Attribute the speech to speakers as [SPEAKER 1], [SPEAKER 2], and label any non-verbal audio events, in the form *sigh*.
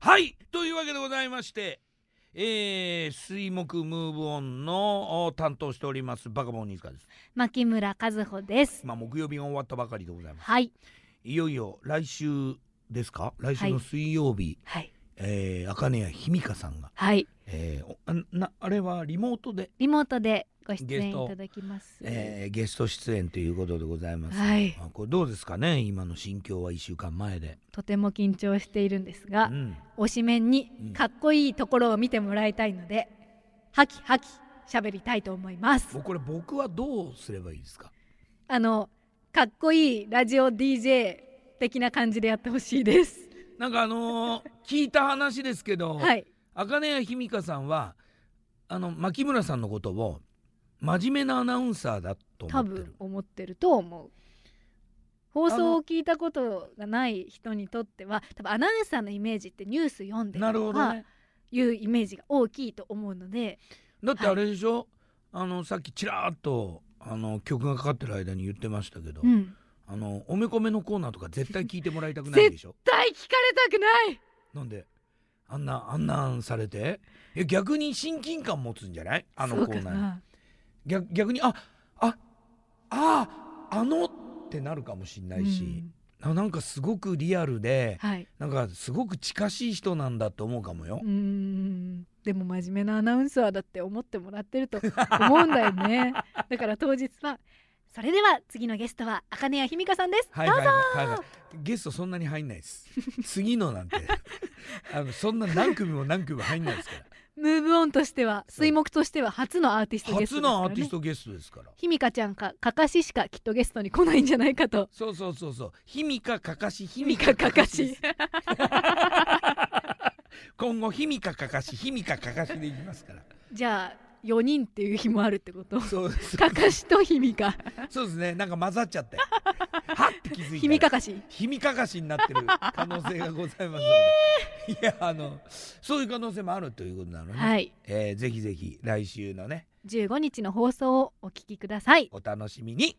[SPEAKER 1] はいというわけでございましてえー、水木ムーブオンのお担当しておりますバカボンニーズカです
[SPEAKER 2] 牧村和穂です。
[SPEAKER 1] 今木曜日が終わったばかりでございます
[SPEAKER 2] はい。
[SPEAKER 1] いよいよ来週ですか来週の水曜日、
[SPEAKER 2] はい。
[SPEAKER 1] えー、茜谷ひみかさんが、
[SPEAKER 2] はい。
[SPEAKER 1] えー、おあなあれはリモートで、
[SPEAKER 2] リモートでご出
[SPEAKER 1] ゲス
[SPEAKER 2] 演
[SPEAKER 1] ト
[SPEAKER 2] いただきます。
[SPEAKER 1] えー、ゲスト出演ということでございます、
[SPEAKER 2] はい。
[SPEAKER 1] あこれどうですかね今の心境は1週間前で、
[SPEAKER 2] とても緊張しているんです
[SPEAKER 1] う
[SPEAKER 2] が、
[SPEAKER 1] ん、
[SPEAKER 2] 推しメンにかっこいいところを見てもらいたいので、ハキハキ喋りたいと思います
[SPEAKER 1] もう。これ僕はどうすればいいですか
[SPEAKER 2] あのかっこいいラジオ DJ 的な感じでやってほしいです。
[SPEAKER 1] なんかあのー聞いた話ですけど、
[SPEAKER 2] はい。
[SPEAKER 1] 茜谷ひみかさんはあの牧村さんのことを真面目なアナウンサーだと思
[SPEAKER 2] 多
[SPEAKER 1] ってる
[SPEAKER 2] 分思ってると思う放送を聞いたことがない人にとっては多分アナウンサーのイメージってニュース読んで
[SPEAKER 1] なる
[SPEAKER 2] と
[SPEAKER 1] ほど
[SPEAKER 2] か
[SPEAKER 1] ね
[SPEAKER 2] いうイメージが大きいと思うので
[SPEAKER 1] だってあれでしょ、あのさっきちらーっとあの曲がかかってる間に言ってましたけど、
[SPEAKER 2] うん
[SPEAKER 1] あのおめこめのコーナーとか絶対聞いてもらいたくないでしょ
[SPEAKER 2] 大聞かれたくない
[SPEAKER 1] なんであんなあんなんされていや逆に親近感持つんじゃないあのコーナーに
[SPEAKER 2] ー
[SPEAKER 1] 逆逆にあああああのってなるかもしんないし、ななんかすごくリアルで
[SPEAKER 2] はい
[SPEAKER 1] なんかすごく近しい人なんだと思うかもよ
[SPEAKER 2] うー。んでも真面目なアナウンサーだって思ってもらってると思うんだ
[SPEAKER 1] *laughs*
[SPEAKER 2] よねだから当日はそれでは次のゲストは茜谷ひみかさんです、
[SPEAKER 1] はいはいはいはい、ゲストそんなに入んないです。次の
[SPEAKER 2] *laughs*
[SPEAKER 1] なんてあのそんな何組も何組も入んないですか
[SPEAKER 2] ムーブオンとしては
[SPEAKER 1] そう
[SPEAKER 2] 水木としては初のアーティス
[SPEAKER 1] ら。
[SPEAKER 2] トゲスト
[SPEAKER 1] 初
[SPEAKER 2] ですから、ね、
[SPEAKER 1] のアーティストゲストですから。
[SPEAKER 2] ひみかちゃんかかかししかきっとゲストに来ないんじゃないかと。
[SPEAKER 1] そうそうそうそう。ひみかかかしひ
[SPEAKER 2] ひ
[SPEAKER 1] み
[SPEAKER 2] み
[SPEAKER 1] か
[SPEAKER 2] か
[SPEAKER 1] か
[SPEAKER 2] か
[SPEAKER 1] か
[SPEAKER 2] か
[SPEAKER 1] し
[SPEAKER 2] し。。
[SPEAKER 1] 今後ひみかかかしひみかかかしでいきますから。
[SPEAKER 2] *laughs* じゃあ4人っていう日もあるってこと。 *laughs*
[SPEAKER 1] そうそう
[SPEAKER 2] かかしとひみか。
[SPEAKER 1] そうですね。なんか混ざっちゃって。はって気づいたら。
[SPEAKER 2] ひみかかし。
[SPEAKER 1] ひみかかしになってる可能性がございますので、いやあのそういう可能性もあるということなので、
[SPEAKER 2] はい。
[SPEAKER 1] えーぜひぜひ来週のね
[SPEAKER 2] 15日の放送をお聞きください。
[SPEAKER 1] お楽しみに